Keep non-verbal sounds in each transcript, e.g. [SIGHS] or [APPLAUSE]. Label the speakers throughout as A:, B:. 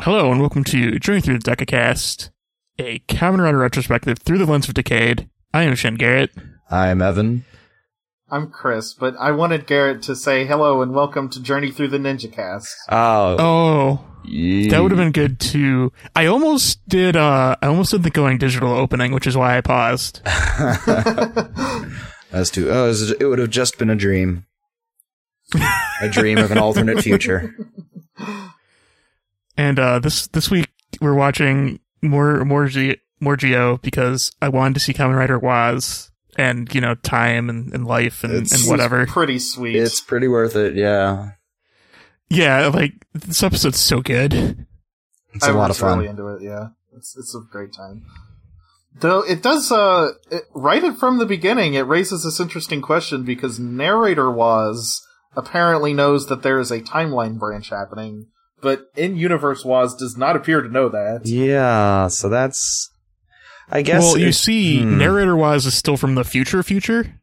A: Hello and welcome to Journey Through the DecaCast, a Kamen Rider retrospective through the lens of Decade. I am Shen Garrett.
B: I'm Evan.
C: I'm Chris, but I wanted Garrett to say hello and welcome to Journey Through the Ninja Cast.
B: Oh,
A: Oh,
B: ye-
A: that would
B: [LAUGHS]
A: have been good too. I almost did. Uh, I almost did the going digital opening, which is why I paused.
B: that's too. Oh, it was- it would have just been a dream, a dream of an alternate future.
A: And uh, this this week we're watching more more G- more Geo because I wanted to see Kamen Rider was and you know time and, and life and,
B: It's-
A: and whatever.
C: Pretty sweet.
B: It's pretty worth it. Yeah,
A: Yeah, like this episode's so good.
B: it's a
C: I
B: lot of
C: was
B: fun.
C: really into it, yeah. It's, it's a great time. Though it does, uh, it, right it from the beginning, it raises this interesting question because narrator was apparently knows that there is a timeline branch happening, but in universe was does not appear to know that.
B: Yeah, so that's. I guess.
A: well, you
B: it-
A: see,
B: hmm.
A: narrator wise is still from the future future.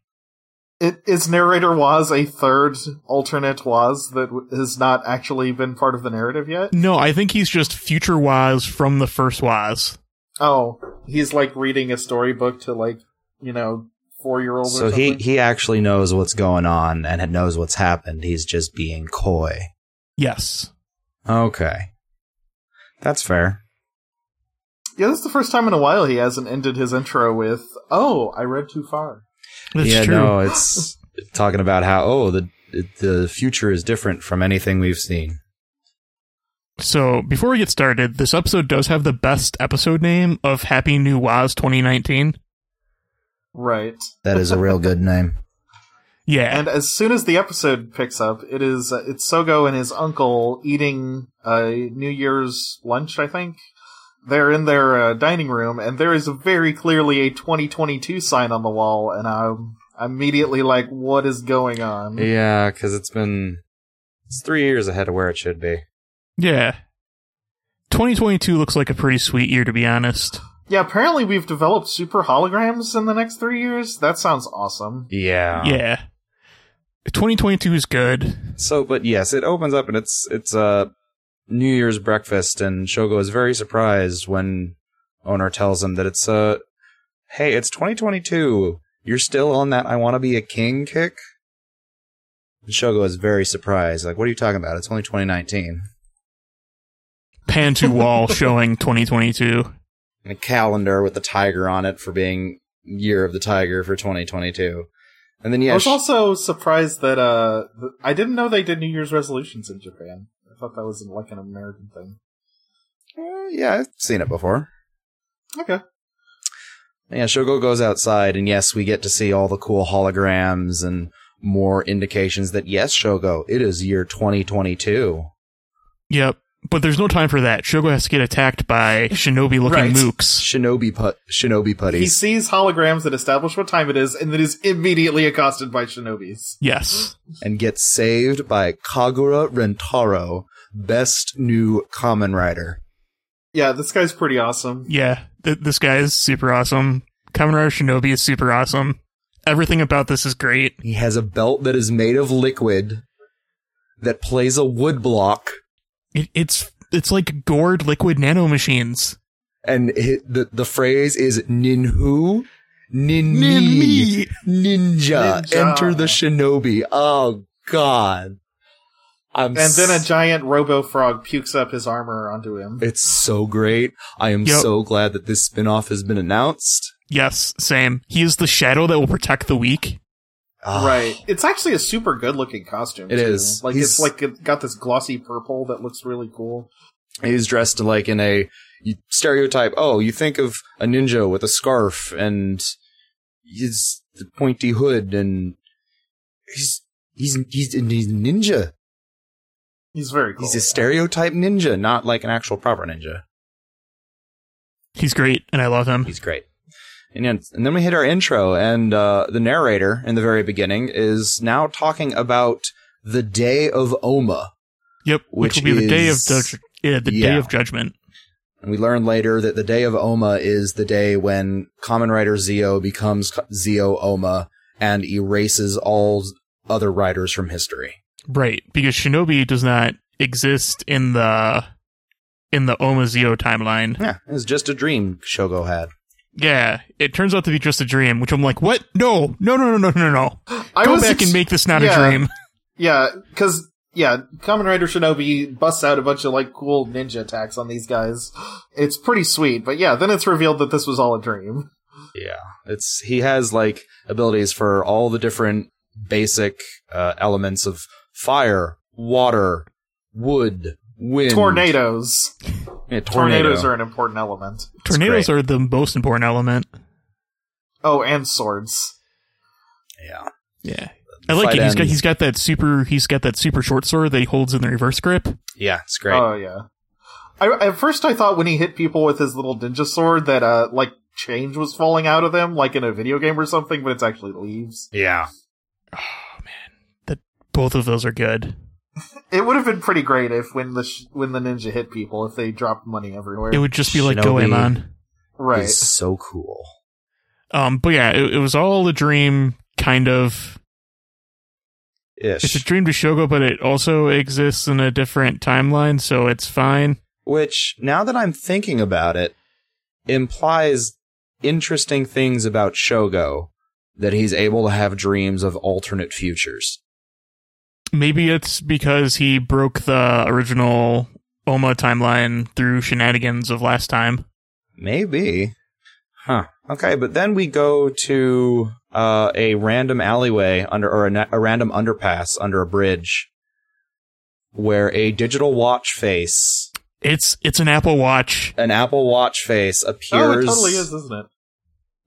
C: It is narrator was a third alternate was that w- has not actually been part of the narrative yet.
A: No, I think he's just future wise from the first wise.
C: Oh, he's like reading a storybook to like you know four year olds.
B: So
C: or
B: he
C: something.
B: he actually knows what's going on and knows what's happened. He's just being coy.
A: Yes.
B: Okay, that's fair.
C: yeah, this is the first time in a while he hasn't ended his intro with "Oh, I read too far."
A: That's
B: yeah,
A: true.
B: no, it's talking about how oh the the future is different from anything we've seen.
A: So before we get started, this episode does have the best episode name of Happy New Waz 2019.
C: Right,
B: That is a real good name.
A: Yeah.
C: and as soon as the episode picks up, it is uh, it's Sogo and his uncle eating a New Year's lunch. I think they're in their uh, dining room, and there is very clearly a 2022 sign on the wall, and I'm immediately like, "What is going
B: [LAUGHS]
C: on?"
B: Yeah, because it's been it's three years ahead of where it should be.
A: yeah. 2022 looks like a pretty sweet year, to be honest.
C: Yeah, apparently we've developed super holograms in the next three years. That sounds awesome.
B: Yeah.
A: yeah. 2022 is good.
B: So, but yes, it opens up and it's it's uh, New Year's breakfast, and Shogo is very surprised when owner tells him that it's uh, hey, it's 2022. You're still on that I want to be a king kick. And Shogo is very surprised. Like, what are you talking about? It's only 2019.
A: Pan to
B: [LAUGHS]
A: wall showing 2022.
B: and a calendar with the tiger on it for being year of the tiger for 2022. And then
C: I
B: yeah,
C: was
B: sh-
C: also surprised that uh, th- I didn't know they did New Year's resolutions in Japan. I thought that was like an American thing.
B: uh, yeah, I've seen it before.
C: Okay.
B: Yeah, Shogo goes outside, and yes, we get to see all the cool holograms and more indications that yes, Shogo, it is year 2022.
A: Yep. But there's no time for that. Shogo has to get attacked
B: [LAUGHS]
A: by shinobi looking
B: Right.
A: mooks.
B: Shinobi put Shinobi
C: He
B: putties.
C: sees holograms that establish what time it is, and then is immediately accosted by shinobis.
A: Yes.
B: and gets saved by Kagura Rentaro, best new common rider.
C: Yeah, this guy's pretty awesome.
A: Yeah. Th- this guy is super awesome. Kamen Rider Shinobi is super awesome. Everything about this is great.
B: He has a belt that is made of liquid that plays a wood block.
A: It, it's it's like gourd liquid nanomachines.
B: and hi the the phrase is ninhu ninni
A: machines.
B: ninja.
C: Ninja.
B: enter the shinobi oh god i'm
C: And then a
B: s-
C: giant robo frog pukes up his armor onto him.
B: it's so great i am
A: Yep.
B: so glad that this spin-off has been announced
A: Yes, same. He is the shadow that will protect the weak.
B: Ah,
C: Right. It's actually a super good looking costume.
B: It
C: too.
B: is.
C: Like
B: He's-
C: it's like it got this glossy purple that looks really cool.
B: he's dressed like in a you- stereotype oh you think of a ninja with a scarf and his pointy hood and he's he's he's, he's a ninja
C: He's very cool.
B: He's a stereotype ninja, not like an actual proper ninja.
A: He's great, and I love him.
B: He's great. And then, and then we hit our intro, and uh, the narrator in the very beginning is now talking about the day of Oma.
A: Yep, which,
B: Which
A: will be the day of
B: is-
A: judge- yeah, the
B: yeah.
A: day of judgment.
B: And we learn later that the day of Oma is the day when Common Rider Zeo becomes Co- Zeo Oma and erases all other riders from history.
A: Right, because Shinobi does not exist in the in the Omazeo timeline.
B: Yeah, it was just a dream Shogo had.
A: Yeah, it turns out to be just a dream, which I'm like, what? No, no, no, no, no, no, no.
C: I
A: Go
C: was
A: back
C: ex-
A: and make this not
C: yeah.
A: a dream.
C: Yeah, because yeah, Kamen Rider Shinobi busts out a bunch of like cool ninja attacks on these guys. [GASPS] It's pretty sweet, but yeah, then it's revealed that this was all a dream.
B: Yeah, it's he has like abilities for all the different basic uh, elements of fire, water, wood, wind,
C: Tornadoes.
B: Yeah, tornado.
C: Tornadoes are an important element.
A: Tornadoes are the most important element.
C: Oh, and swords.
B: yeah.
A: Yeah. I like
B: Fight
A: it. He's got
B: ends.
A: he's got that super he's got that super short sword that he holds in the reverse grip.
B: Yeah, it's great.
C: Oh yeah. I, at first, I thought when he hit people with his little ninja sword that uh like change was falling out of them, like in a video game or something, but it's actually leaves.
B: yeah,
A: Both of those are good.
C: It would have been pretty great if when the sh- when the ninja hit people, if they dropped money everywhere.
A: It would just be like Go
B: Shinobi.
A: Goemon.
C: right.
B: He's so cool.
A: Um, but yeah, it, it was all a dream, kind of. It's a
B: Ish.
A: dream to Shogo, but it also exists in a different timeline, so it's fine.
B: Which, now that I'm thinking about it, implies interesting things about Shogo that he's able to have dreams of alternate futures.
A: Maybe it's because he broke the original Oma timeline through shenanigans of last time.
B: Maybe. Huh. Okay, but then we go to uh, a random alleyway under or a, na- a random underpass under a bridge where a digital watch face,
A: It's it's an Apple Watch.
B: an Apple Watch face appears
C: Oh, it totally is, isn't it?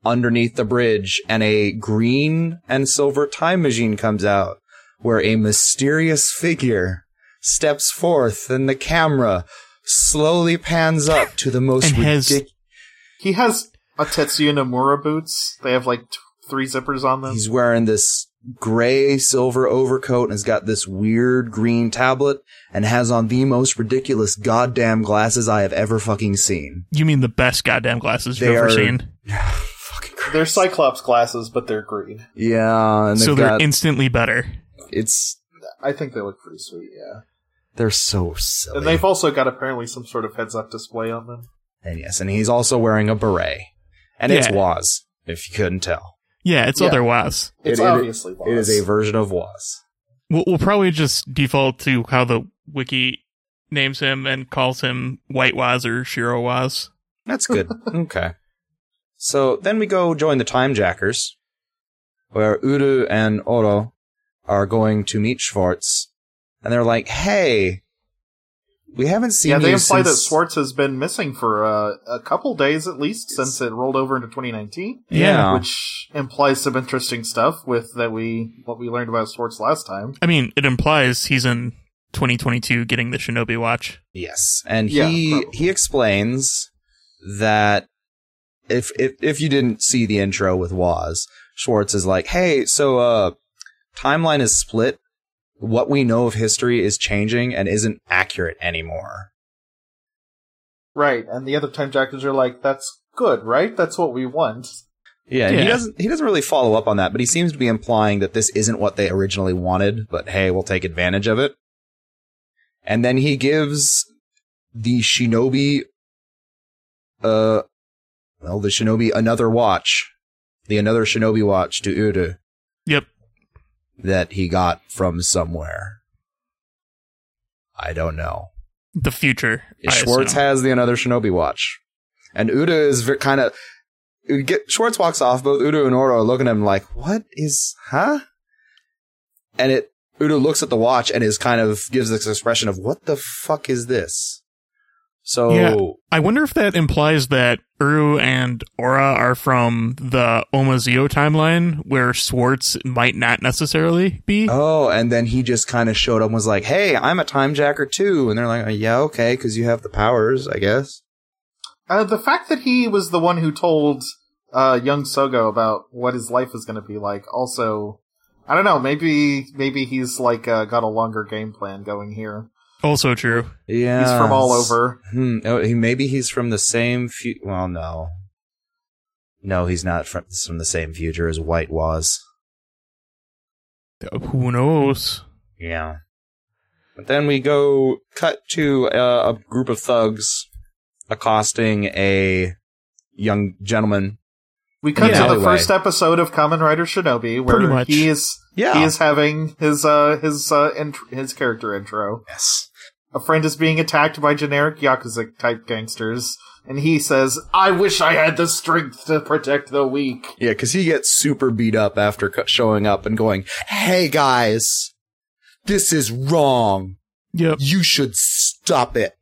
B: underneath the bridge and a green and silver time machine comes out where a mysterious figure steps forth and the camera slowly pans up to
C: [LAUGHS]
B: the most
A: And has-
B: ridiculous.
C: He has a Tetsuya Nomura boots. They have like t- three zippers on them.
B: He's wearing this gray silver overcoat and has got this weird green tablet and has on the most ridiculous goddamn glasses I have ever fucking seen.
A: You mean the best goddamn glasses you've
B: They
A: ever
B: are-
A: seen?
B: [SIGHS] fucking crazy.
C: They're Cyclops glasses, but they're green.
B: Yeah, and
A: So
B: they've
A: they're
B: got-
A: instantly better.
B: it's
C: I think they look pretty sweet, yeah.
B: they're so silly.
C: And they've also got apparently some sort of heads up display on them.
B: And yes, and he's also wearing a beret. And it's
A: Yeah.
B: Waz, if you couldn't tell.
A: Yeah, it's
C: Yeah.
A: otherwise.
C: It's
B: It- it-
C: obviously Boss.
B: It is a version of Waz.
A: We'll, we'll probably just default to how the wiki names him and calls him White Waz or Shiro Waz.
B: That's
C: [LAUGHS]
B: good. okay. So then we go join the Time Jackers, where Uru and Oro are going to meet Schwartz, and they're like, "Hey, we haven't seen
C: yeah, they
B: you
C: imply that
B: since-
C: Schwartz has been missing for uh, a couple days at least since it rolled over into 2019,
B: Yeah.
C: which implies some interesting stuff with that we what we learned about Schwartz last time.
A: I mean, it implies he's in 2022 getting the Shinobi watch.
B: Yes, and
C: Yeah,
B: he
C: probably.
B: he explains that if if if you didn't see the intro with Waz, Schwartz is like, "Hey, so uh, timeline is split. What we know of history is changing and isn't accurate anymore."
C: Right, and the other time jackers are like, "That's good, right? That's what we want."
B: Yeah, and he
A: Yeah.
B: doesn't he doesn't really follow up on that, but he seems to be implying that this isn't what they originally wanted, but hey, we'll take advantage of it. And then he gives the shinobi uh well, the shinobi another watch, the another shinobi watch to Uru
A: Yep.
B: that he got from somewhere. I don't know.
A: The future. I
B: Schwartz
A: assume.
B: has the another Shinobi watch, and Uda is kind of. Get, Schwartz walks off. Both Uda and Oro are looking at him like, "What is? Huh?" And it Uda looks at the watch and is kind of gives this expression of, "What the fuck is this?" So
A: Yeah. I wonder if that implies that Uru and Aura are from the Omazeo timeline, where Schwartz might not necessarily be.
B: oh, and then he just kind of showed up and was like, "Hey, I'm a time jacker too," and they're like, "Yeah, okay, because you have the powers, I guess."
C: Uh, the fact that he was the one who told uh, young Sogo about what his life is going to be like, also, I don't know. Maybe maybe he's like uh, got a longer game plan going here.
A: Also true.
B: Yeah,
C: He's from all over.
B: Hmm. Oh, he, maybe he's from the same. Fu- well, no. No, he's not from, he's from the same future as White was.
A: Who knows?
B: Yeah. But then we go cut to uh, a group of thugs accosting a young gentleman.
C: We cut
B: Yeah.
C: to the
B: Alleyway.
C: first episode of Kamen Rider Shinobi,
A: Pretty
C: where
A: much.
C: he is
B: Yeah.
C: he is having his uh his uh int- his character intro.
B: yes.
C: A friend is being attacked by generic yakuza type gangsters, and he says, "I wish I had the strength to protect the weak."
B: Yeah, because he gets super beat up after co- showing up and going, "Hey guys, this is wrong.
A: Yep.
B: You should stop it."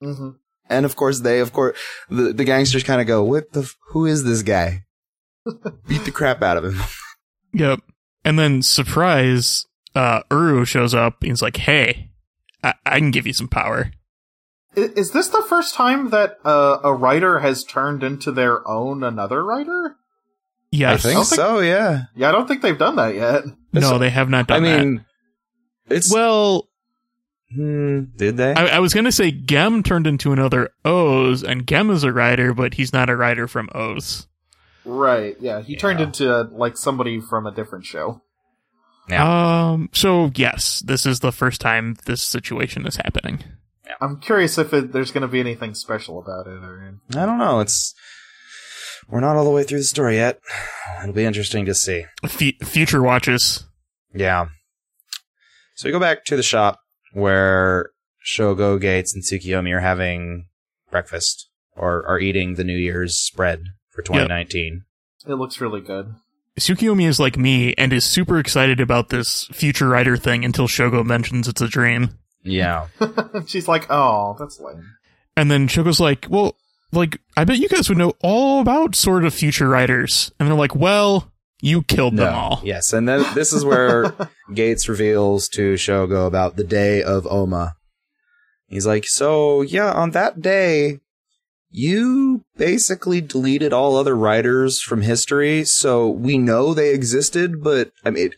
C: hmm
B: And of course, they, of course, the, the gangsters kind of go, what the, f- who is this [LAUGHS] guy? Beat the crap out of him.
A: Yep. And then surprise, uh, Uru shows up and he's like, "Hey, I, I can give you some power."
C: Is, this the first time that uh, a writer has turned into their own another writer?
A: Yes.
B: I
C: don't
B: think
C: think-
B: so, yeah.
C: Yeah, I don't think they've done that yet.
A: No, they have not
B: I
A: done that.
B: mean, it's,
A: Well,
B: hmm, did they?
A: I, I was gonna say Gem turned into another O's, and Gem is a writer, but he's not a writer from O's.
C: Right? Yeah, he turned
B: Yeah.
C: into uh, like somebody from a different show.
A: Um. So yes, this is the first time this situation is happening.
C: I'm curious if it, there's going to be anything special about it. Or
B: I don't know. It's, we're not all the way through the story yet. It'll be interesting to see.
A: F- future watches.
B: Yeah. So we go back to the shop where Shogo Gates and Tsukiyomi are having breakfast or are eating the New Year's spread for 2019.
C: it looks really good. [LAUGHS]
A: Tsukiyomi is like me and is super excited about this future writer thing until Shogo mentions it's a dream.
B: Yeah.
C: She's like, "Oh, that's lame."
A: And then Choco's like, well, like, I bet you guys would know all about sort of future writers. And they're like, well, you killed them all.
B: Yes, and then this is where Gates reveals to Shogo about the day of Oma. He's like, "So yeah, on that day, you basically deleted all other writers from history, so we know they existed, but I mean."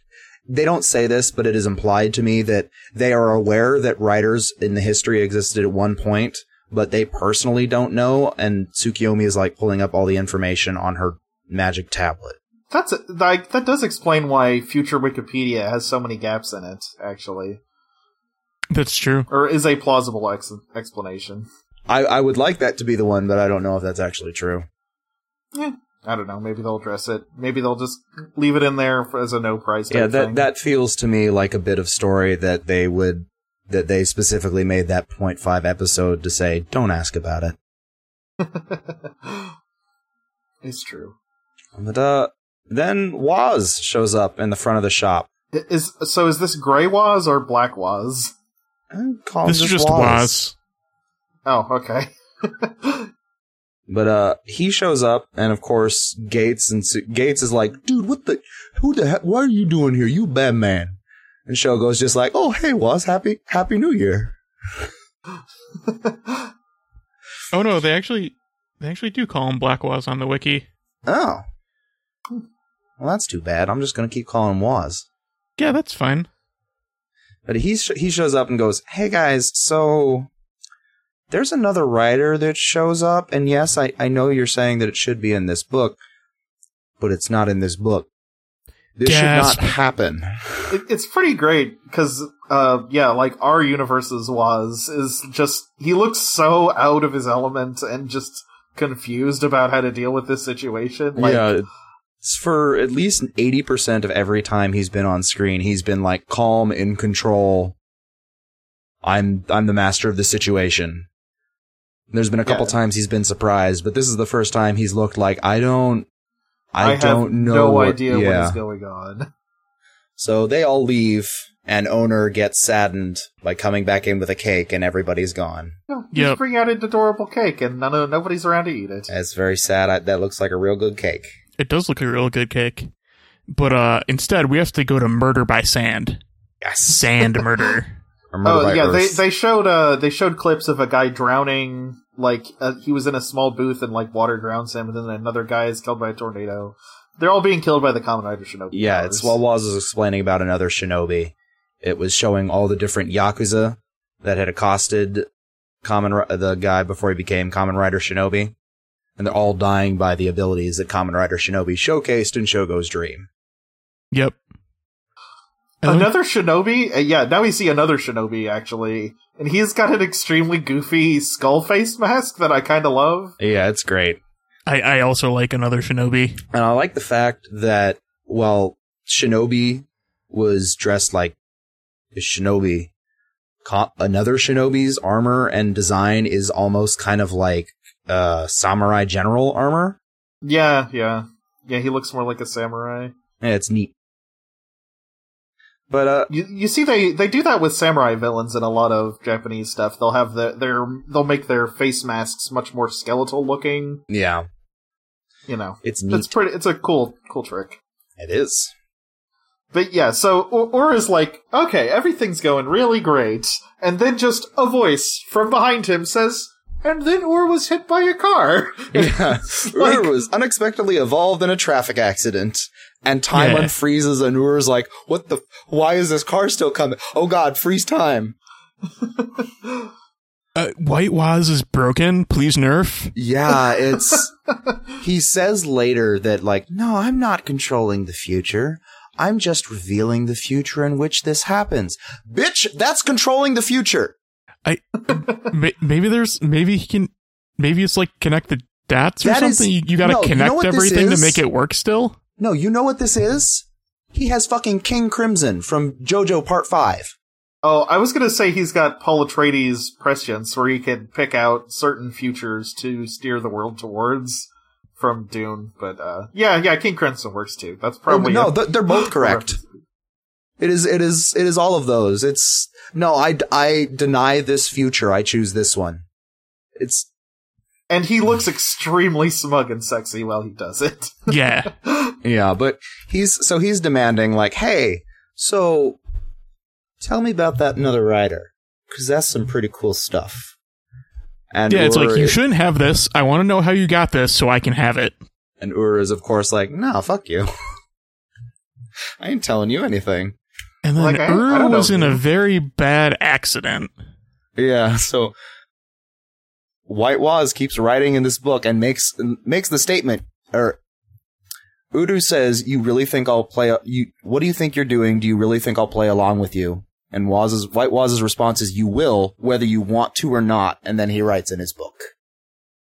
B: they don't say this, but it is implied to me that they are aware that writers in the history existed at one point, but they personally don't know. And Tsukiyomi is like pulling up all the information on her magic tablet.
C: That's like that does explain why future Wikipedia has so many gaps in it, actually,
A: That's true.
C: or is a plausible ex- explanation.
B: I, I would like that to be the one, but I don't know if that's actually true.
C: I don't know. Maybe they'll address it. Maybe they'll just leave it in there for, as a no price.
B: yeah,
C: type
B: that
C: thing.
B: that feels to me like a bit of story that they would that they specifically made that 0.5 episode to say don't ask about it.
C: it's true.
B: But uh, then Waz shows up in the front of the shop.
C: I- Is so? Is this gray was or black was?
B: And call him
A: this is just Waz.
B: Waz.
C: Oh, okay. [LAUGHS]
B: But uh, he shows up, and of course Gates and Su- Gates is like, dude, what the, who the, he- what are you doing here? You bad man. And Shogo's just like, oh hey Waz, happy happy New Year.
A: Oh no, they actually, they actually do call him Black Waz on the wiki.
B: Oh. Well, that's too bad. I'm just going to keep calling him Waz.
A: Yeah, that's fine.
B: But he, sh- he shows up and goes, Hey guys, so there's another writer that shows up. And yes, I, I know you're saying that it should be in this book, but it's not in this book. This
A: Gasp.
B: should not happen.
C: it, it's pretty great because, uh, yeah, like our universe's was is just he looks so out of his element and just confused about how to deal with this situation. Like,
B: It's for at least 80% of every time he's been on screen, he's been like calm, in control. I'm, I'm the master of the situation. There's been a couple
C: Yeah.
B: times he's been surprised, but this is the first time he's looked like, I don't, I,
C: have
B: don't know.
C: no
B: what-
C: idea
B: yeah.
C: what is going on. [LAUGHS]
B: So they all leave and owner gets saddened by coming back in with a cake and everybody's gone.
C: No,
A: Yep.
C: just bring out an adorable cake and none of nobody's around to eat it.
B: That's very sad. I, that looks like a real good cake.
A: It does look a real good cake. But uh instead, we have to go to Murder by Sand.
B: Yes.
A: Sand murder.
B: Or murder
C: Oh
B: by
C: yeah,
B: Earth.
C: they they showed uh they showed clips of a guy drowning. Like uh, he was in a small booth and like water drowns him, and then another guy is killed by a tornado. They're all being killed by the Kamen Rider Shinobi.
B: Yeah,
C: powers.
B: it's while Waz was explaining about another shinobi. It was showing all the different yakuza that had accosted common Ri- the guy before he became Common Rider Shinobi, and they're all dying by the abilities that Common Rider Shinobi showcased in Shogo's dream.
A: yep. And we-
C: Another shinobi? Uh, yeah, now we see another shinobi, actually. And he's got an extremely goofy skull face mask that I kind of love.
B: Yeah, it's great.
A: I, I also like another shinobi.
B: And I like the fact that while Shinobi was dressed like a Shinobi, co- another Shinobi's armor and design is almost kind of like uh, samurai general armor.
C: Yeah, yeah. Yeah, he looks more like a samurai.
B: Yeah, it's neat. But uh,
C: You, you see, they, they do that with samurai villains in a lot of Japanese stuff. They'll have the, their, they'll make their face masks much more skeletal looking,
B: yeah,
C: you know.
B: it's neat.
C: It's pretty, it's a cool, cool trick.
B: It is.
C: But yeah, so O- Aura's like, okay, everything's going really great, and then just a voice from behind him says, and then Aura was hit by a car.
B: [LAUGHS] [LAUGHS] Yeah. Ur was unexpectedly involved in a traffic accident. And time
A: Yeah.
B: unfreezes and Ur's like, what the, f- why is this car still coming? Oh god, freeze time.
A: Uh, White Waz is broken. Please nerf.
B: [LAUGHS] Yeah, it's, he says later that like, no, I'm not controlling the future. I'm just revealing the future in which this happens. Bitch, that's controlling the future.
A: Ma- maybe there's maybe he can. Maybe it's like connect the dots or
B: That is-
A: something. you you got to
B: no, you know
A: connect
B: what this
A: everything to
B: is?
A: make it work. Still,
B: No, you know what this is? He has fucking King Crimson from JoJo Part 5.
C: oh, I was gonna say he's got Paul Atreides prescience, where he can pick out certain futures to steer the world towards from Dune, but uh, yeah, yeah, King Crimson works too. That's probably
B: Oh, no,
C: it.
B: th- they're both correct. It is, it is, it is all of those. It's no, I, d- I deny this future. I choose this one. It's
C: [LAUGHS] and he looks extremely smug and sexy while he does it.
A: yeah.
B: yeah, but he's so he's demanding like, hey, so tell me about that another rider because that's some pretty cool stuff. And
A: yeah, it's
B: Ur-
A: like you shouldn't have this. I want to know how you got this so I can have it.
B: And Ur is of course like, no, fuck you. [LAUGHS] I ain't telling you anything.
A: And then
C: Like, I don't- I
A: Ur
C: don't know,
A: was in a
C: dude.
A: very bad accident.
B: Yeah, [LAUGHS] so White Waz keeps writing in this book and makes makes the statement or Udu says, "You really think I'll play you what do you think you're doing? Do you really think I'll play along with you?" And Waz's White Waz's response is, "You will, whether you want to or not." And then he writes in his book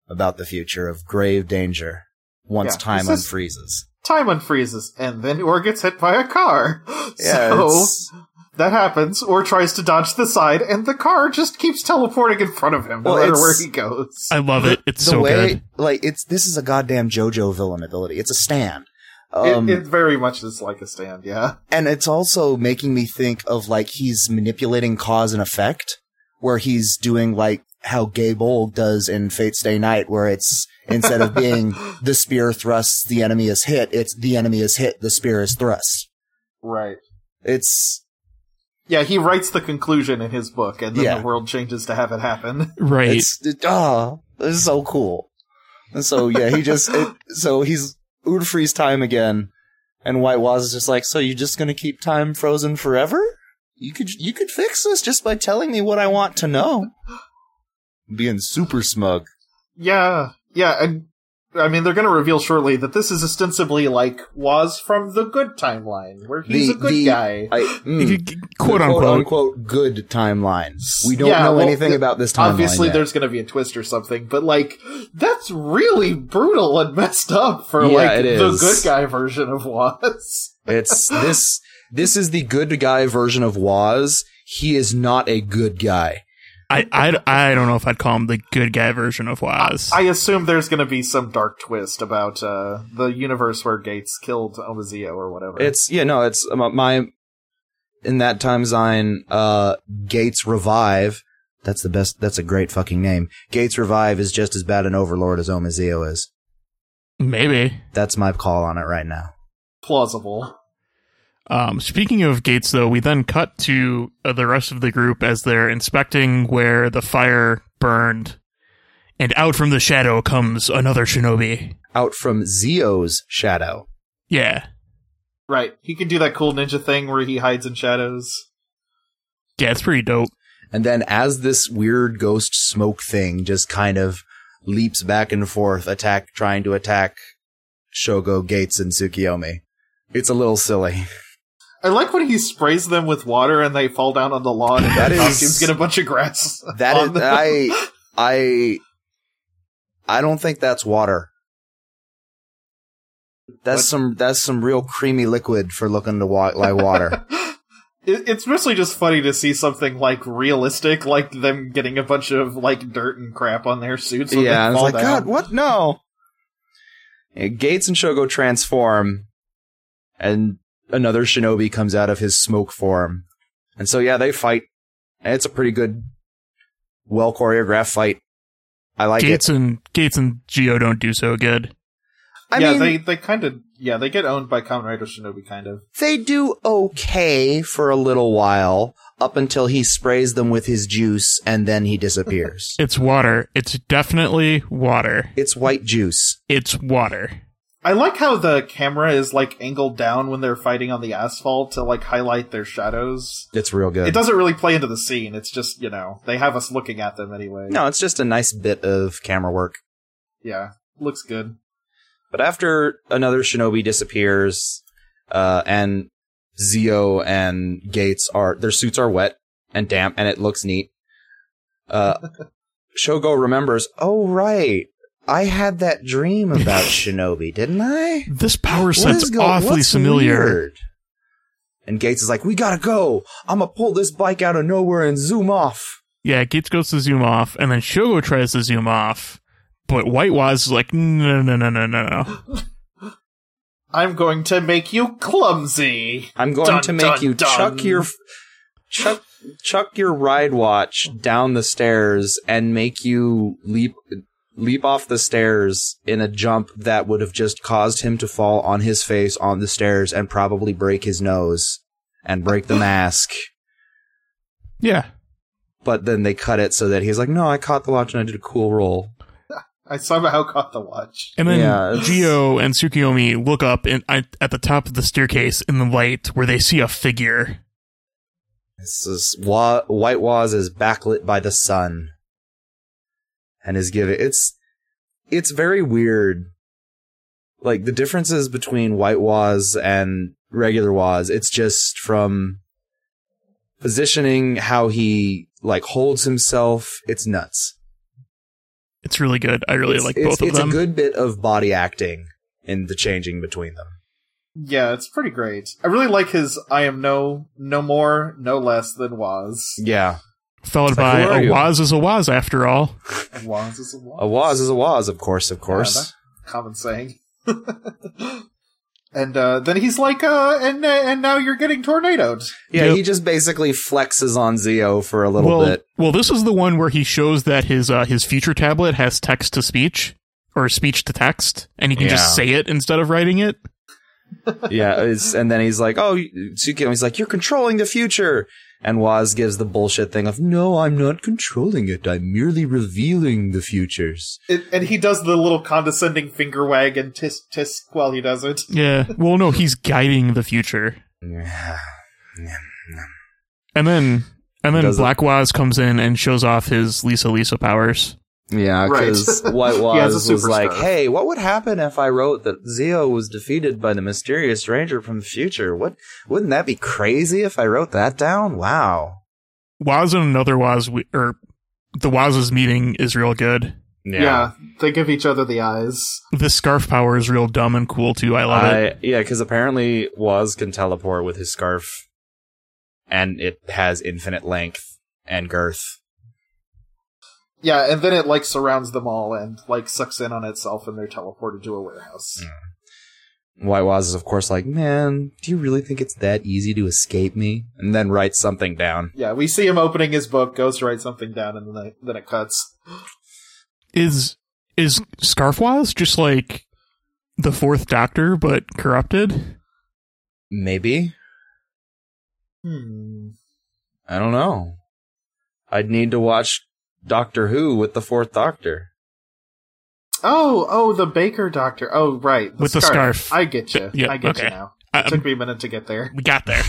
B: about the future of grave danger once
C: Yeah,
B: time
C: this is-
B: unfreezes.
C: Time unfreezes, and then Or gets hit by a car. [GASPS]
B: Yeah,
C: so
B: it's-
C: that happens. Or tries to dodge the side, and the car just keeps teleporting in front of him, no
B: Well,
C: matter
B: it's-
C: where he goes.
A: I love it. It's
B: the
A: so
B: way
A: good.
B: like it's this is a goddamn JoJo villain ability. It's a stand. Um,
C: it, it very much is like a stand, yeah.
B: And it's also making me think of like he's manipulating cause and effect, where he's doing like how Gabe Old does in Fate's Day Night, where it's instead of being the spear thrusts, the enemy is hit, it's the enemy is hit, the spear is thrust.
C: Right.
B: It's
C: Yeah, he writes the conclusion in his book, and then
B: Yeah.
C: the world changes to have it happen. [LAUGHS]
A: Right.
B: it's it, oh, it's so cool. And so yeah, he just it, so he's Ud freeze time again, and White Waz is just like, so you're just gonna keep time frozen forever? You could you could fix this just by telling me what I want to know. Being super smug.
C: Yeah, yeah, and I mean they're going to reveal shortly that this is ostensibly like was from the good timeline, where he's
B: The-
C: a good
B: the-
C: guy.
B: I,
A: G-
B: mm,
A: g- quote
B: the
A: unquote.
B: unquote good timeline. We don't
C: Yeah,
B: know
C: well,
B: anything
C: th-
B: about this timeline.
C: Obviously,
B: yet.
C: there's going to be a twist or something, but like that's really brutal and [LAUGHS] messed up for
B: Yeah,
C: like
B: it
C: the
B: is.
C: good guy version of was.
B: It's this. This is the good guy version of Waz. He is not a good guy.
A: I, I, I don't know if I'd call him the good guy version of Waz.
C: I assume there's going to be some dark twist about uh, the universe where Gates killed Omazeo or whatever.
B: It's yeah, no, it's um, my. In that time zone, uh, Gates Revive. That's the best. That's a great fucking name. Gates Revive is just as bad an overlord as Omazeo is.
A: Maybe.
B: That's my call on it right now.
C: plausible.
A: Um, speaking of gates, though, we then cut to uh, the rest of the group as they're inspecting where the fire burned, and out from the shadow comes another shinobi.
B: Out from Zeo's shadow.
A: Yeah,
C: Right. He can do that cool ninja thing where he hides in shadows.
A: yeah, it's pretty dope.
B: And then as this weird ghost smoke thing just kind of leaps back and forth, attack, trying to attack Shogo Gates and Tsukiyomi. It's a little silly.
C: I like when he sprays them with water and they fall down on the lawn and
B: That
C: the
B: is-
C: pumpkins get a bunch of grass.
B: That
C: [LAUGHS] on
B: is,
C: them.
B: I, I, I don't think that's water. That's
C: What?
B: some that's some real creamy liquid for looking to wa- like water.
C: [LAUGHS] It- it's mostly just funny to see something like realistic, like them getting a bunch of like dirt and crap on their suits.
B: [LAUGHS]
C: When
B: yeah, I
C: they
B: was
C: fall
B: like,
C: down.
B: God, what? No. Yeah, Gates and Shogo transform, and another shinobi comes out of his smoke form, and so yeah, they fight. And it's a pretty good, well choreographed fight. I like
A: Gates
B: it.
A: and Gates and Geo don't do so good.
B: I
C: yeah,
B: mean,
C: they they kind of yeah they get owned by Kamen Rider Shinobi kind of.
B: they do okay for a little while up until he sprays them with his juice and then
A: [LAUGHS]
B: he disappears.
A: It's water. It's definitely water.
B: it's white juice.
A: It's water.
C: I like how the camera is like angled down when they're fighting on the asphalt to like highlight their shadows.
B: It's real good.
C: It doesn't really play into the scene. It's just you know they have us looking at them anyway.
B: no, it's just a nice bit of camera work.
C: yeah, looks good.
B: But after another shinobi disappears, uh, and Zio and Gates are their suits are wet and damp, and it looks neat. Uh, Shogo remembers. Oh right, I had that dream about shinobi, didn't I?
A: This power
B: What
A: set's
B: is go-
A: awfully
B: what's
A: familiar.
B: weird? And Gates is like, "We gotta go. I'm gonna pull this bike out of nowhere and zoom off."
A: Yeah, Gates goes to zoom off, and then Shogo tries to zoom off, but White Waz is like, no, no, no, no, no, no. [GASPS]
C: I'm going to make you clumsy.
B: I'm going
C: Dun,
B: to make
C: dun,
B: you
C: dun.
B: chuck your chuck chuck your ride watch down the stairs and make you leap leap off the stairs in a jump that would have just caused him to fall on his face on the stairs and probably break his nose and break the mask.
A: Yeah,
B: But then they cut it so that he's like, "No, I caught the watch and I did a cool roll."
C: I somehow caught the watch.
A: And then
B: Yeah, it's-
A: Geo and Tsukiyomi look up in, at at the top of the staircase in the light where they see a figure.
B: This is wa- White Waz is backlit by the sun, and is giving it's it's very weird. Like the differences between White Waz and regular Waz, it's just from positioning how he like holds himself. It's nuts.
A: It's really good. I really
B: it's,
A: like
B: it's-
A: both of
B: it's
A: them.
B: a good bit of body acting in the changing between them.
C: Yeah, it's pretty great. I really like his I am no no more, no less than was.
B: Yeah,
A: Followed
B: It's like, who are
A: by a
B: you?
A: Waz is a Waz after all.
C: Was is a was.
B: a Waz is a Waz, of course, of course.
C: that- common saying. [LAUGHS] and uh, then he's like, uh, and and now you're getting tornadoed.
B: Yeah,
A: Yep.
B: he just basically flexes on Zio for a little
A: well,
B: bit.
A: well, this is the one where he shows that his uh, his feature tablet has text to speech or speech to text, and he can just
B: Yeah.
A: say it instead of writing it.
B: yeah, it's, and then he's like, "Oh, Tsukiyomi's He's like, "You're controlling the future." And Waz gives the bullshit thing of, "No, I'm not controlling it. I'm merely revealing the futures."
C: It, and he does the little condescending finger wag and tisk tisk while he does it.
A: Yeah. Well, no, he's guiding the future.
B: Yeah.
A: And then and then
B: Does it-
A: Black Waz comes in and shows off his Lisa Lisa powers.
B: Yeah,
C: Right. [LAUGHS]
B: because White
C: He has
B: Waz
C: a
B: was
C: superstar.
B: like, "Hey, what would happen if I wrote that Zio was defeated by the mysterious ranger from the future? What wouldn't that be crazy if I wrote that down? Wow."
A: Waz and another Waz, we- or the Waz's meeting is real good.
C: they give each other the eyes.
A: The scarf power is real dumb and cool too. I love it.
B: I, yeah, because apparently Waz can teleport with his scarf, and it has infinite length and girth.
C: Yeah, and then it like surrounds them all and like sucks in on itself, and they're teleported to a warehouse.
B: White Waz is of course like, man, do you really think it's that easy to escape me? And then writes something down.
C: Yeah, we see him opening his book, goes to write something down, and then it, then it cuts.
A: Is is scarf Waz just like the Fourth Doctor but corrupted?
B: Maybe
C: Hmm.
B: I don't know. I'd need to watch Doctor Who with the Fourth Doctor.
C: Oh, oh, the baker doctor. Oh, right,
A: With the scarf.
C: I get you.
A: Yeah,
C: I get you
A: okay. Uh,
C: now.
A: I,
C: It took me a minute to get there.
A: we got there.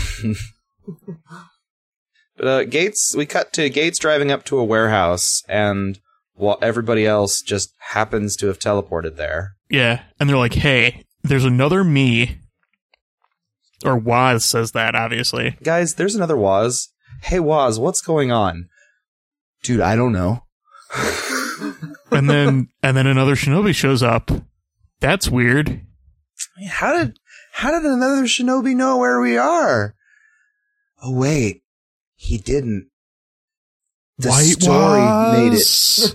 B: But uh, Gates, we cut to Gates driving up to a warehouse, and while everybody else just happens to have teleported there.
A: Yeah, and they're like, "Hey, there's another me Or Waz says that, obviously.
B: Guys, there's another Waz. Hey, Waz, what's going on? Dude, I don't know.
A: And
B: [LAUGHS]
A: then and then another shinobi shows up. That's weird.
B: Man, How did how did another shinobi know where we are? Oh wait, he didn't. The story made it.
A: Waz?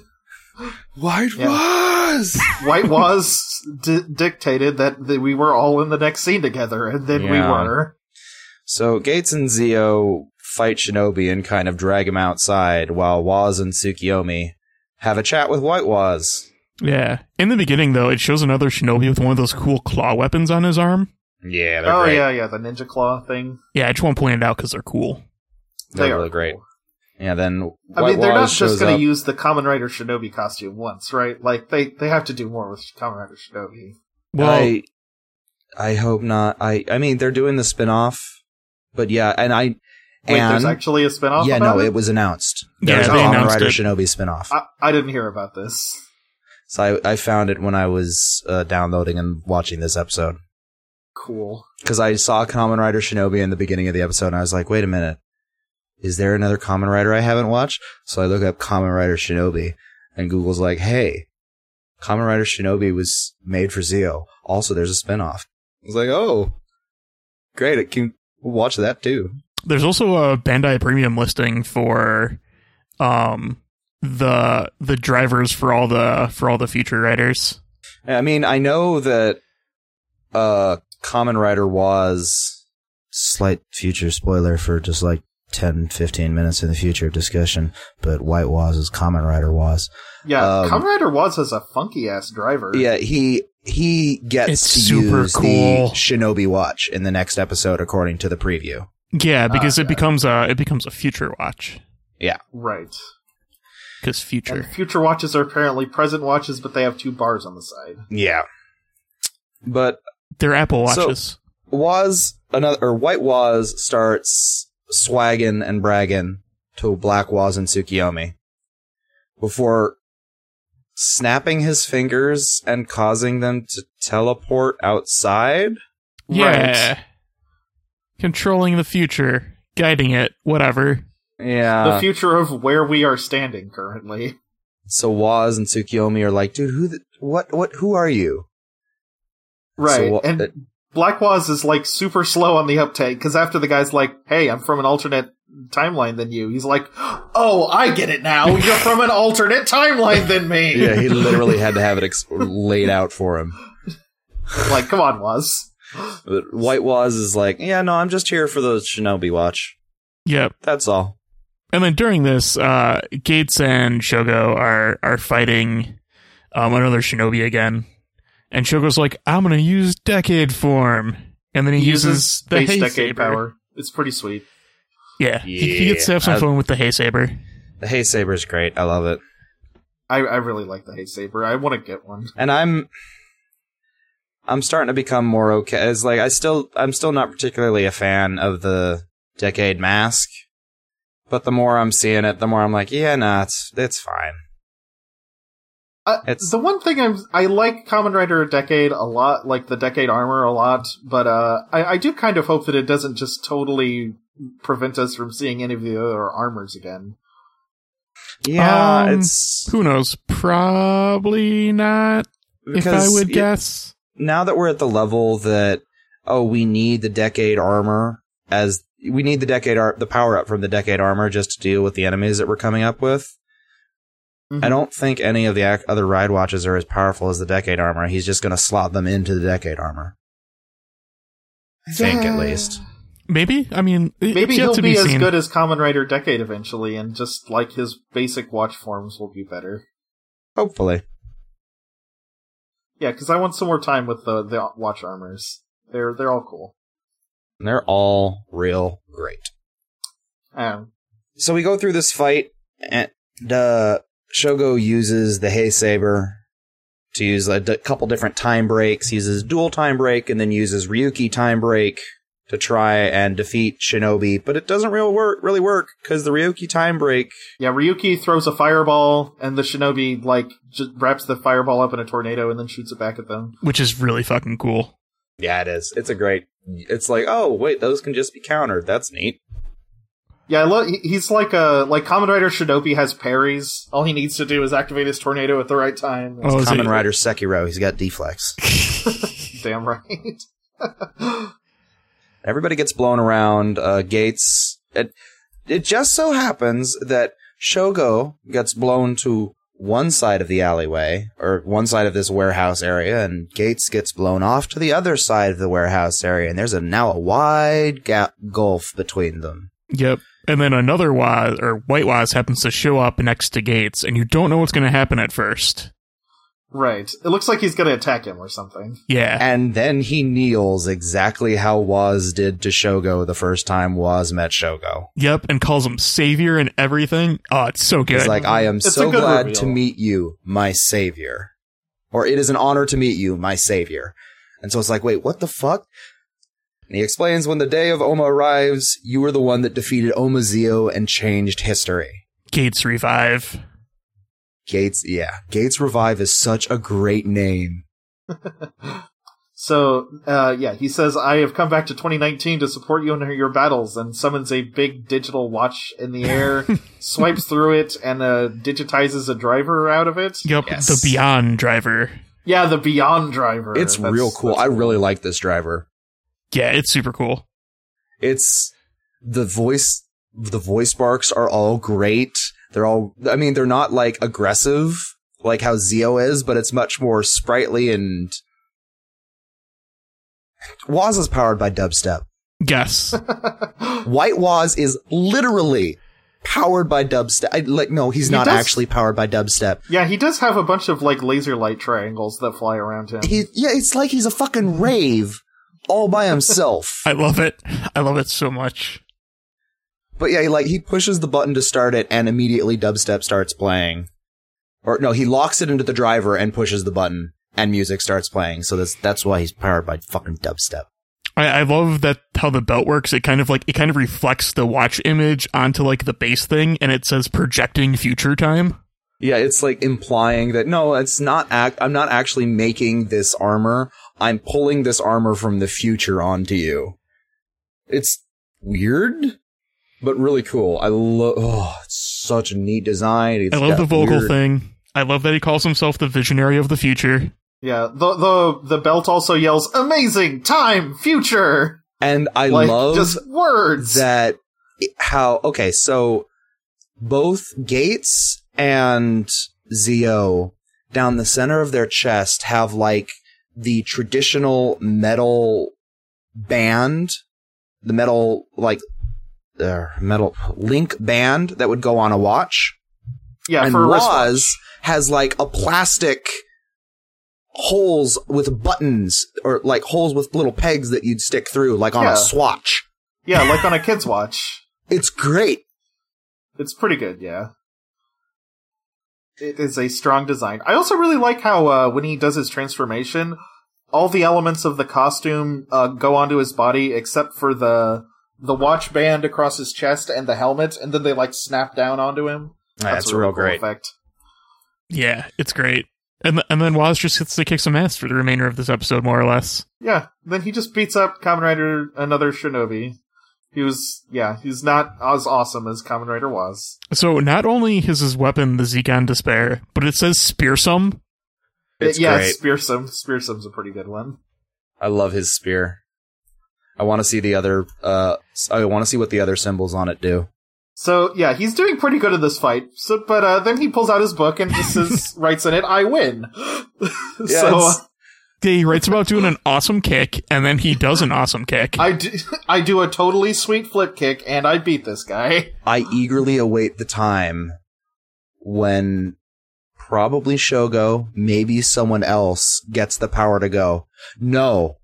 D: White
C: Yeah.
D: was.
A: [LAUGHS]
C: White was di- dictated that, that we were all in the next scene together, and then we
B: Yeah.
C: were.
B: So Gates and Zio fight Shinobi and kind of drag him outside, while Waz and Tsukiyomi have a chat with White Waz.
A: Yeah. In the beginning though, it shows another shinobi with one of those cool claw weapons on his arm.
B: Yeah,
C: Oh yeah, yeah, the ninja claw thing.
A: Yeah, I just want to point it out because they're cool.
B: They're
C: they are
B: really great.
C: cool.
B: Yeah, then White
C: I mean, they're
B: Waz
C: not just
B: shows
C: going
B: up.
C: to use the Kamen Rider Shinobi costume once, right? Like they they have to do more with Kamen Rider Shinobi.
A: Well,
B: I I hope not. I I mean, they're doing the spin-off, but yeah, and I
C: Wait,
B: and
C: there's actually a spinoff.
B: yeah,
C: about
B: no,
C: it.
B: it was announced.
A: Yeah,
B: There's
C: they
B: a Kamen
A: announced
B: Rider
A: it.
B: Shinobi spin-off.
C: I, I didn't hear about this.
B: So I, I found it when I was uh, downloading and watching this episode
C: Cool.
B: because I saw Common Rider Shinobi in the beginning of the episode, and I was like, "Wait a minute, is there another Common Rider I haven't watched?" So I look up Common Rider Shinobi, and Google's like, "Hey, Common Rider Shinobi was made for Zeo. Also, there's a spinoff." I was like, "Oh, great! It can we'll watch that too."
A: there's also a Bandai premium listing for um the the drivers for all the for all the future riders.
B: I mean, I know that uh Common Rider was slight future spoiler for just like 10 15 minutes in the future of discussion, but White was is Common Rider was.
C: Yeah,
B: Um,
C: Kamen Rider Waz has a funky ass driver.
B: Yeah, he he gets
A: It's
B: to
A: super
B: use
A: cool.
B: the Shinobi watch in the next episode according to the preview.
A: Yeah, because
C: Ah,
A: it becomes a it becomes a future watch
C: right.
A: because future.
C: And future watches are apparently present watches, but they have two bars on the side.
B: Yeah. But
A: They're Apple
B: So-
A: watches.
B: was another or White was starts swagging and bragging to Black was and Tsukiyomi before snapping his fingers and causing them to teleport outside.
A: yeah, controlling the future, guiding it, whatever.
B: Yeah.
C: the future of where we are standing currently. [LAUGHS]
B: so Waz and Tsukiyomi are like, dude, who, the, what, what, who are you?
C: Right.
B: So, uh,
C: and
B: uh,
C: Black Waz is like super slow on the uptake because after the guy's like, "Hey, I'm from an alternate timeline than you," he's like, "Oh, I get it now. You're from an alternate timeline than me."
B: [LAUGHS] Yeah, he literally had to have it [LAUGHS] ex- laid out for him.
C: [LAUGHS] Like, come on, Waz.
B: But White Waz is like, yeah, no, I'm just here for the Shinobi watch.
A: Yep.
B: That's all.
A: And then during this, uh, Gates and Shogo are are fighting um, another shinobi again, and Shogo's like, "I'm gonna use decade form," and then he, uses, the
C: base
A: hay
C: decade
A: saber.
C: power. It's pretty sweet.
A: Yeah, He, he gets to have some
B: Yeah.
C: Uh,
A: fun with the hay saber.
B: The Hay Saber's great. I love it.
C: I, I really like the hay saber. I want to get one.
B: and I'm I'm starting to become more okay. It's like I still I'm still not particularly a fan of the decade mask, but the more I'm seeing it, the more I'm like, yeah, nah, it's it's fine.
C: Uh,
B: It's-
C: the one thing I'm I like Common Rider Decade a lot, like the Decade armor a lot, but uh, I, I do kind of hope that it doesn't just totally prevent us from seeing any of the other armors again.
B: Yeah,
A: Um,
B: it's
A: Who knows? Probably not. If I
B: because
A: would
B: it-
A: guess,
B: now that we're at the level that oh, we need the decade armor as we need the decade ar- the power up from the decade armor just to deal with the enemies that we're coming up with.
C: Mhm.
B: I don't think any of the ac- other ride watches are as powerful as the Decade armor. He's just going to slot them into the Decade armor. I think, at least.
A: maybe. I mean, it-
C: Maybe
A: it's yet
C: he'll
A: to
C: be, as
A: seen.
C: good as Common Rider Decade eventually, and just like his basic watch forms will be better.
B: Hopefully.
C: Yeah, because I want some more time with the the watch armors. They're they're all cool.
B: And they're all real great.
C: Um,
B: So we go through this fight, and uh, Shogo uses the Hay Saber to use a d- couple different time breaks. He uses dual time break and then uses Ryuki time break to try and defeat Shinobi, but it doesn't real work, really work because the Ryuki time break
C: yeah, Ryuki throws a fireball, and the Shinobi like just wraps the fireball up in a tornado and then shoots it back at them.
A: which is really fucking cool.
B: Yeah, it is. It's a great. It's like, oh wait, those can just be countered. That's neat.
C: Yeah, I love. he- He's like a like Kamen Rider Shinobi has parries. All he needs to do is activate his tornado at the right time.
A: Oh, is
B: Common
A: it-
B: Rider Sekiro. He's got deflex.
C: [LAUGHS] Damn right. [LAUGHS]
B: Everybody gets blown around. Uh, Gates. It, it just so happens that Shogo gets blown to one side of the alleyway or one side of this warehouse area, and Gates gets blown off to the other side of the warehouse area, and there's a now a wide gap gulf between them.
A: Yep. And then another Waz or White Waz happens to show up next to Gates, and you don't know what's going to happen at first.
C: right. It looks like he's gonna attack him or something.
A: Yeah.
B: And then he kneels exactly how Waz did to Shogo the first time Waz met Shogo.
A: Yep. And calls him savior and everything. Oh, it's so good.
B: He's like, I am
C: It's
B: so
C: a good
B: glad
C: reveal.
B: to meet you, my savior. Or it is an honor to meet you, my savior. And so it's like, wait, what the fuck? And he explains when the day of Oma arrives, you were the one that defeated Oma Zio and changed history.
A: Gates revive.
B: Gates, yeah. Gates Revive is such a great name.
C: So, uh, yeah, he says, I have come back to 2019 to support you in your battles, and summons a big digital watch in the air, swipes through it, and uh, digitizes a driver out of it.
A: Yep.
B: Yes.
A: The Beyond Driver.
C: Yeah, the Beyond driver.
B: It's
C: That's-
B: real cool. I
C: that's-
B: really like this driver.
A: Yeah, it's super cool.
B: it's the voice the voice barks are all great they're all i mean they're not like aggressive like how zio is but it's much more sprightly and Waz is powered by dubstep.
A: Yes.
B: White Waz is literally powered by dubstep. I, like, no, he's
C: He
B: not
C: does-
B: actually powered by dubstep.
C: [LAUGHS] yeah, he does have a bunch of, like, laser light triangles that fly around him.
B: He, yeah, it's like he's a fucking rave all by himself. [LAUGHS]
A: I love it. I love it so much.
B: But yeah, he, like he pushes the button to start it and immediately dubstep starts playing. Or no, he locks it into the driver and pushes the button and music starts playing. So that's that's why he's powered by fucking dubstep.
A: I, I love that how the belt works. It kind of like it kind of reflects the watch image onto like the base thing, and it says projecting future time.
B: Yeah, it's like implying that no, it's not act I'm not actually making this armor. I'm pulling this armor from the future onto you. It's weird, but really cool. I love oh, it's such a neat design. It's
A: I love
B: got
A: the vocal
B: weird-
A: thing. I love that he calls himself the visionary of the future.
C: yeah, the, the, the belt also yells, Amazing! Time! Future!
B: And I
C: like,
B: love
C: just words!
B: that how okay so both gates and zio down the center of their chest have like the traditional metal band the metal like uh, metal link band that would go on a watch
C: yeah,
B: and
C: for a wristwatch.
B: Roz has like a plastic holes with buttons or like holes with little pegs that you'd stick through like on
C: Yeah.
B: a swatch
C: Yeah, like on a kid's watch.
B: it's great
C: It's pretty good, yeah. It is a strong design. I also really like how uh, when he does his transformation, all the elements of the costume uh, go onto his body except for the the watch band across his chest and the helmet, and then they like snap down onto him. a really cool effect.
A: Yeah, it's great. And th- and then Waz just gets to kick some ass for the remainder of this episode, more or less.
C: Yeah. Then he just beats up Kamen Rider another Shinobi. He was yeah, he's not as awesome as Kamen Rider was.
A: So not only is his weapon the Zegon Despair, but it says Spearsome.
B: It's
C: yeah,
B: great.
C: Spearsome. Spearsome's a pretty good one.
B: I love his spear. I want to see the other. Uh, s- I want to see what the other symbols on it do.
C: So yeah, he's doing pretty good in this fight. So, but uh, then he pulls out his
B: [LAUGHS]
C: book and just says, writes in it, "I win." [LAUGHS]
B: Yeah,
C: so
B: it's-
C: uh,
A: Yeah, he writes about doing an awesome kick, and then he does an awesome kick.
C: I do, [LAUGHS] I do a totally sweet flip kick, and I beat this guy.
B: I eagerly await the time when probably Shogo, maybe someone else, gets the power to go. No,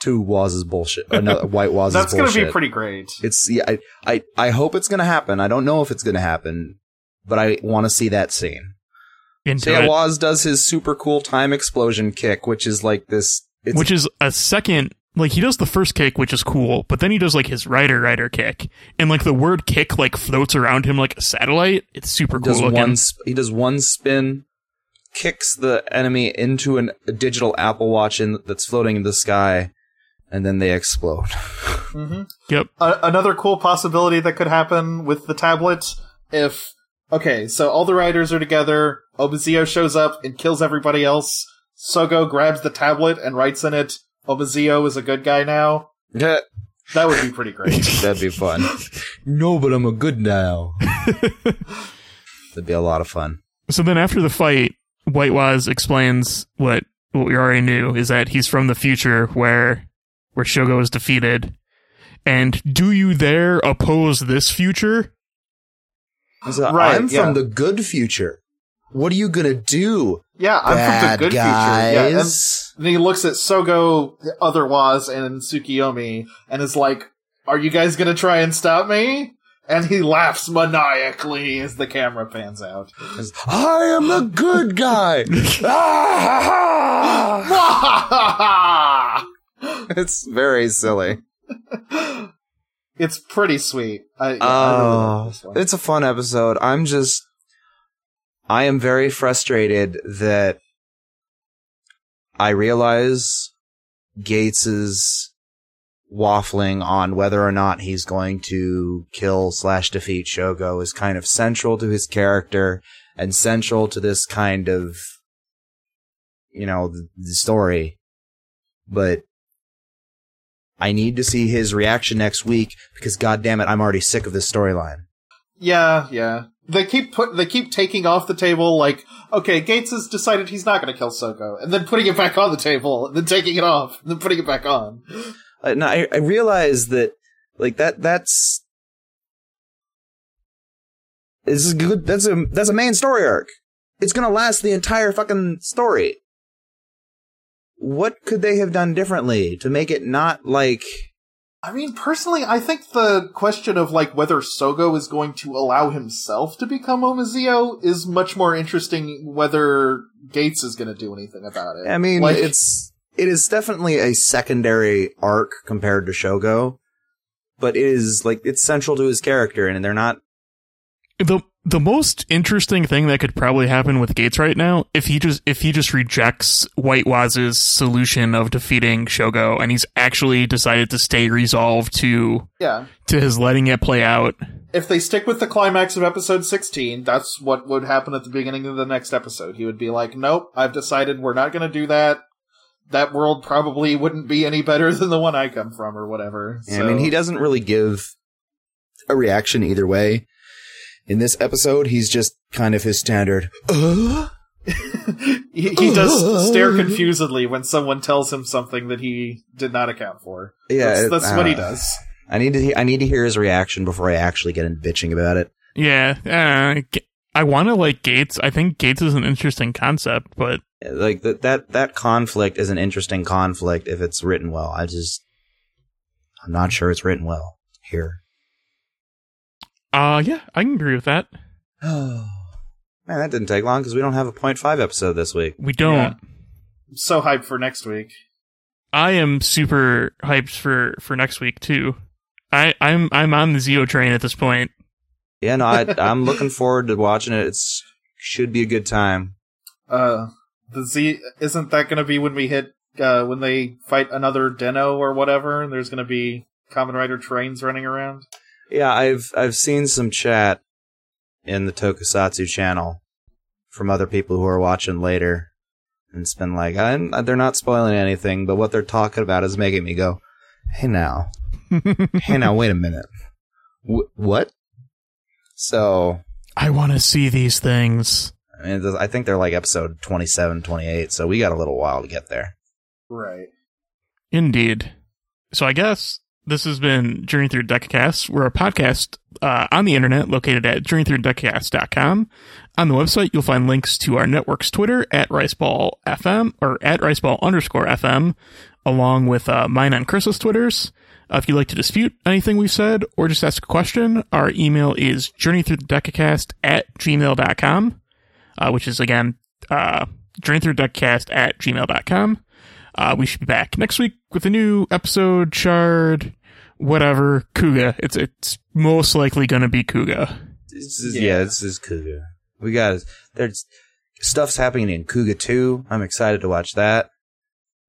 B: two Waz's bullshit.
C: [LAUGHS]
B: Another White Waz's
C: That's
B: bullshit.
C: gonna be pretty great.
B: It's yeah. I, I I hope it's gonna happen. I don't know if it's gonna happen, but I want to see that scene.
A: Into
B: So yeah,
A: it.
B: Waz does his super cool time explosion kick, which is like this. It's
A: which is a second like he does the first kick which is cool but then he does like his rider rider kick and like the word kick like floats around him like a satellite it's super cool
B: does
A: looking
B: one sp- he does one spin kicks the enemy into an, a digital Apple Watch in, that's floating in the sky, and then they explode. [LAUGHS]
C: hmm
A: Yep.
C: A- another cool possibility that could happen with the tablet if okay, so all the riders are together, Omazeo shows up and kills everybody else. Sogo grabs the tablet and writes in it, Omazeo is a good guy now.
B: Yeah,
C: That would be
B: [LAUGHS]
C: pretty great.
A: [LAUGHS]
B: That'd be fun. no, but I'm a good now. [LAUGHS] That'd be a lot of fun.
A: So then after the fight, White Waz explains what what we already knew is that he's from the future where where Shogo is defeated. And do you there oppose this future?
B: He's like,
C: Right,
B: I'm
C: yeah.
B: from the good future. What are you gonna do,
C: yeah, I'm
B: bad
C: from the good
B: guys?
C: future. Yeah, and- And he looks at Sogo, the other Waz, and Tsukiyomi, and is like, Are you guys gonna try and stop me? And he laughs maniacally as the camera
B: [LAUGHS]
C: pans out. [LAUGHS]
B: He's, I am the good guy. Ah! it's very silly.
C: [GASPS] it's pretty sweet. I, yeah, I really like
B: Oh,
C: this one.
B: it's a fun episode. I'm just, I am very frustrated that I realize Gates's waffling on whether or not he's going to kill slash defeat Shogo is kind of central to his character and central to this kind of, you know, the, the story. But I need to see his reaction next week because goddamn it, I'm already sick of this storyline.
C: Yeah, yeah. They keep put they keep taking off the table like, okay, Gates has decided he's not gonna kill Soko, and then putting it back on the table, and then taking it off, and then putting it back on.
B: Uh, no, I, I realize that, like that, that's this is good. That's a that's a main story arc. It's gonna last the entire fucking story. What could they have done differently to make it not like?
C: I mean, personally, I think the question of like whether Sogo is going to allow himself to become Omazeo is much more interesting whether Gates is going to do anything about it.
B: I mean,
C: Like-
B: it's it is definitely a secondary arc compared to Shogo, but it is like it's central to his character, and they're not
A: The the most interesting thing that could probably happen with Gates right now, if he just if he just rejects White Waz's solution of defeating Shogo and he's actually decided to stay resolved to
C: yeah,
A: to his letting it play out.
C: if they stick with the climax of episode sixteen, that's what would happen at the beginning of the next episode. He would be like, "Nope, I've decided we're not going to do that." That world probably wouldn't be any better [LAUGHS] than the one I come from, or whatever.
B: Yeah, I mean,
C: So-
B: he doesn't really give a reaction either way. In this episode, he's just kind of his standard. Uh?
C: he,
B: [LAUGHS]
C: he does stare confusedly when someone tells him something that he did not account for.
B: Yeah,
C: that's,
B: it- uh,
C: that's
B: I
C: what
B: don't
C: he
B: know.
C: does.
B: I need to. he- I need to hear his reaction before I actually get into bitching about it.
A: Yeah, uh, Ga- I want to like Gates. I think Gates is an interesting concept, but
B: Like that. That that conflict is an interesting conflict if it's written well. I just, I'm not sure it's written well here. [SIGHS]
A: uh yeah, I can agree with that.
B: Man, that didn't take long because we don't have a point five episode this week.
A: We don't.
C: Yeah. I'm so hyped for next week.
A: I am super hyped for for next week too. I I'm I'm on the Zio train at this point.
B: Yeah, no,
C: [LAUGHS]
B: I, I'm looking forward to watching it. It's should be a good time.
C: Uh, the Z isn't that going to be when we hit uh, when they fight another Deno or whatever? And there's going to be common rider trains running around.
B: Yeah, I've I've seen some chat in the Tokusatsu channel from other people who are watching later, and it's been like, I'm, they're not spoiling anything, but what they're talking about is making me go, "Hey now, hey now, wait a minute, Wh- what?" So
A: I want to see these things.
B: I, mean, th- I think they're like episode 27, 28, so we got a little while to get there.
C: Right.
A: Indeed. So I guess this has been Journey Through Deckcast. We're a podcast uh, on the internet located at journeythroughdecast.com. On the website, you'll find links to our network's Twitter at RiceBallFM or at RiceBall underscore FM, along with uh, mine on Chris's Twitters. Uh, if you'd like to dispute anything we've said or just ask a question, our email is journeythroughthedecacast at gmail.com, uh, which is again uh, journeythroughdeckcast at gmail.com. Uh, we should be back next week with a new episode, shard, whatever, Kuga. It's it's most likely going to be Kuga.
B: This is,
C: Yeah.
B: yeah. this is cougar. We got there's Stuff's happening in Kuga 2. I'm excited to watch that.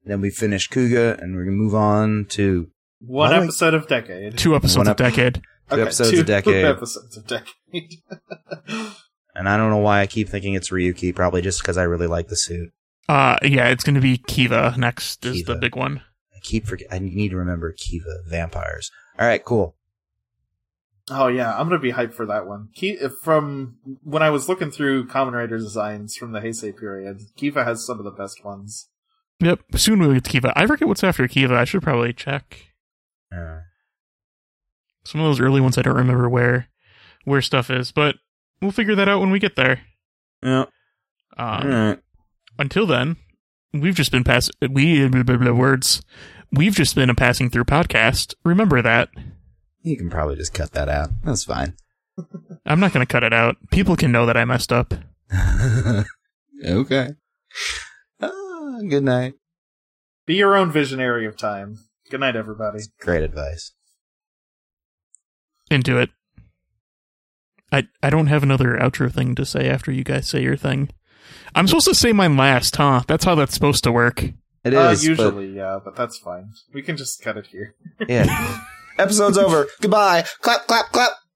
B: Then we finish Kuga and we're going to move on to
C: One
B: Why do I-
C: episode of Decade.
A: Two episodes
B: One
A: a
B: ep-
A: decade.
B: two episodes
C: two
B: a decade.
C: [LAUGHS] episodes of Decade. [LAUGHS]
B: And I don't know why I keep thinking it's Ryuki, probably just because I really like the suit.
A: Uh, yeah, it's going to be Kiva next is the
B: Kiva.
A: big one.
B: I keep forget. I need to remember Kiva vampires. All right, cool.
C: oh yeah, I'm gonna be hyped for that one. Ki- from when I was looking through Common Rider designs from the Heisei period, Kiva has some of the best ones.
A: Yep. Soon we'll get to Kiva. I forget what's after Kiva. I should probably check.
B: Uh,
A: Some of those early ones I don't remember where where stuff is, but we'll figure that out when we get there.
B: yeah.
A: Um,
B: All right.
A: Until then, we've just been pass we [LAUGHS] blah, blah, blah, words. We've just been a passing through podcast. Remember that.
B: You can probably just cut that out. That's fine. [LAUGHS]
A: I'm not going to cut it out. People can know that I messed up.
B: okay. Ah, good night.
C: Be your own visionary of time. Good night, everybody.
B: Great advice.
A: Into it. I I don't have another outro thing to say after you guys say your thing. I'm supposed to say mine last, huh? That's how that's supposed to work.
B: It
C: uh,
B: is. but-
C: usually, yeah, but that's fine. We can just cut it here.
B: [LAUGHS] yeah. Episode's over. Goodbye. Clap, clap, clap.